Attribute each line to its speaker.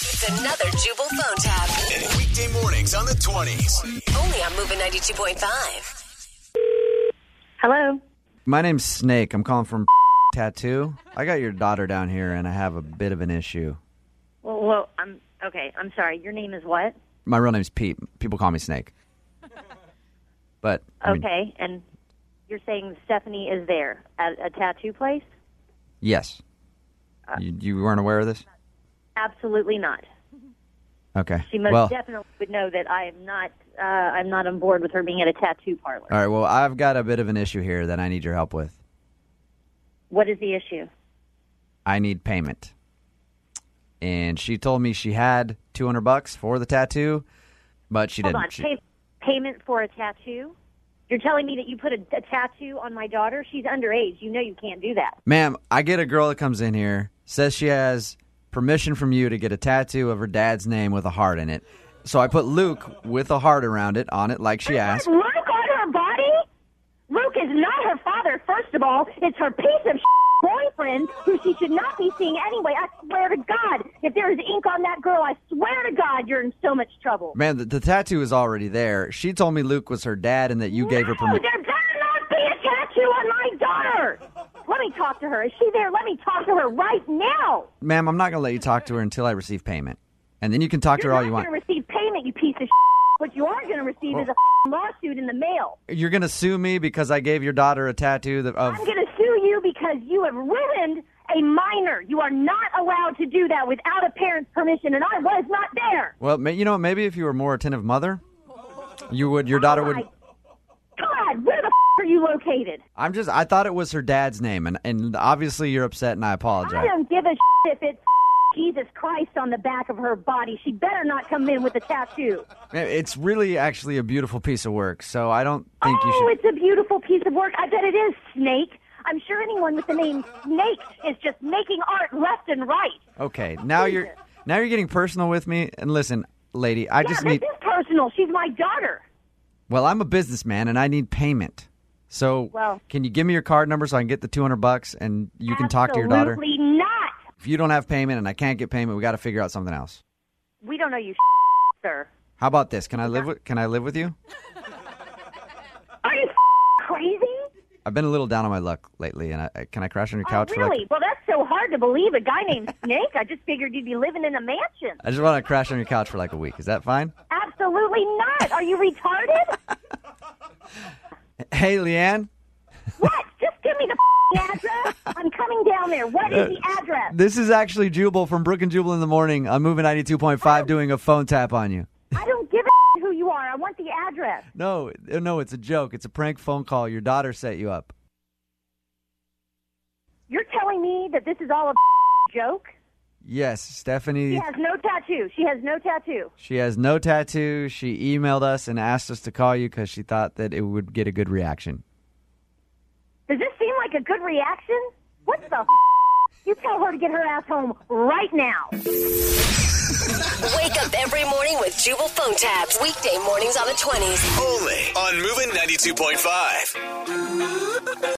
Speaker 1: It's another Jubal phone tab.
Speaker 2: Weekday mornings on the 20s.
Speaker 1: Only on Moving 92.5.
Speaker 3: Hello.
Speaker 4: My name's Snake. I'm calling from Tattoo. I got your daughter down here, and I have a bit of an issue.
Speaker 3: Well, well, I'm okay. I'm sorry. Your name is what?
Speaker 4: My real name's Pete. People call me Snake. But I mean,
Speaker 3: Okay, and you're saying Stephanie is there at a tattoo place?
Speaker 4: yes,
Speaker 3: Uh,
Speaker 4: you, you weren't aware of this.
Speaker 3: Absolutely not.
Speaker 4: Okay.
Speaker 3: She most
Speaker 4: well,
Speaker 3: definitely would know that I am not. Uh, I'm not on board with her being at a tattoo parlor.
Speaker 4: all right. Well, I've got a bit of an issue here that I need your help with.
Speaker 3: What is the issue?
Speaker 4: I need payment. And she told me she had 200 bucks for the tattoo, but she
Speaker 3: Hold
Speaker 4: didn't.
Speaker 3: on.
Speaker 4: She-
Speaker 3: Pay, payment for a tattoo? You're telling me that you put a, a tattoo on my daughter? She's underage. You know you can't do that.
Speaker 4: Ma'am, I get a girl that comes in here, says she has permission from you to get a tattoo of her dad's name with a heart in it. So I put Luke with a heart around it on it like she asked.
Speaker 3: Luke on her body? Luke is not her father, first of all. It's her piece of boyfriend who she should not be seeing anyway. I swear to God, if there is ink on that girl, I swear to God, you're in so much trouble.
Speaker 4: Man, the, the tattoo is already there. She told me Luke was her dad and that you gave her
Speaker 3: No,
Speaker 4: permission.
Speaker 3: there better not be a tattoo on my daughter. Let me talk to her. Is she there? Let me talk to her right now.
Speaker 4: Ma'am, I'm not going to let you talk to her until I receive payment. And then you can talk to
Speaker 3: You're
Speaker 4: her all
Speaker 3: not
Speaker 4: you
Speaker 3: going
Speaker 4: want.
Speaker 3: to receive payment, you piece of What you are going to receive is a lawsuit in the mail.
Speaker 4: You're going to sue me because I gave your daughter a tattoo that, of.
Speaker 3: I'm going to sue you because you have ruined a minor. You are not allowed to do that without a parent's permission, and I was not there.
Speaker 4: Well, ma- you know, maybe if you were a more attentive mother, you would. Your daughter would.
Speaker 3: my- God, where the f- are you located?
Speaker 4: I'm just. I thought it was her dad's name, and and obviously you're upset, and I apologize.
Speaker 3: I don't give a if it's Jesus Christ on the back of her body. She better not come in with a tattoo.
Speaker 4: Man, It's really actually a beautiful piece of work, so I don't think you
Speaker 3: Oh,
Speaker 4: should.
Speaker 3: it's a beautiful piece of work. I bet it is, Snake. I'm sure anyone with the name Snake is just making art left and right.
Speaker 4: Okay, now you're now you're getting personal with me. And listen, lady, I
Speaker 3: Yeah,
Speaker 4: just
Speaker 3: this
Speaker 4: need.
Speaker 3: is personal. She's my daughter.
Speaker 4: Well, I'm a businessman, and I need payment. So,
Speaker 3: Well-
Speaker 4: can you give me your card number so I can get the 200 bucks, and you can talk to your daughter?
Speaker 3: Absolutely not.
Speaker 4: If you don't have payment, and I can't get payment, we got to figure out something else.
Speaker 3: We don't know you, sir.
Speaker 4: How about this? Can I live with? Can I live with you?
Speaker 3: Are you crazy?
Speaker 4: I've been a little down on my luck lately, and I- I, can I crash on your couch?
Speaker 3: oh,
Speaker 4: For
Speaker 3: really?
Speaker 4: like,
Speaker 3: well, that's so hard to believe. A guy named Snake. I just figured you'd be living in a mansion.
Speaker 4: I just want to crash on your couch for like a week. Is that fine?
Speaker 3: Absolutely not. Are you retarded?
Speaker 4: Hey, Leanne.
Speaker 3: what? Just give me the address. I'm coming down there. What is the address?
Speaker 4: This is actually Jubal from Brook and Jubal in the morning. I'm moving 92.5 doing a phone tap on you.
Speaker 3: I don't give a who you are. I want the address.
Speaker 4: No, no, it's a joke. It's a prank phone call. Your daughter set you up.
Speaker 3: You're telling me that this is all a joke?
Speaker 4: Yes, Stephanie.
Speaker 3: She has no tattoo. She has no tattoo.
Speaker 4: She has no tattoo. She emailed us and asked us to call you because she thought that it would get a good reaction.
Speaker 3: Does this seem like a good reaction? What the? F-? You tell her to get her ass home right now.
Speaker 1: Wake up every morning with Jubal phone tabs. Weekday mornings on the 20s.
Speaker 2: Only on Moving 92.5.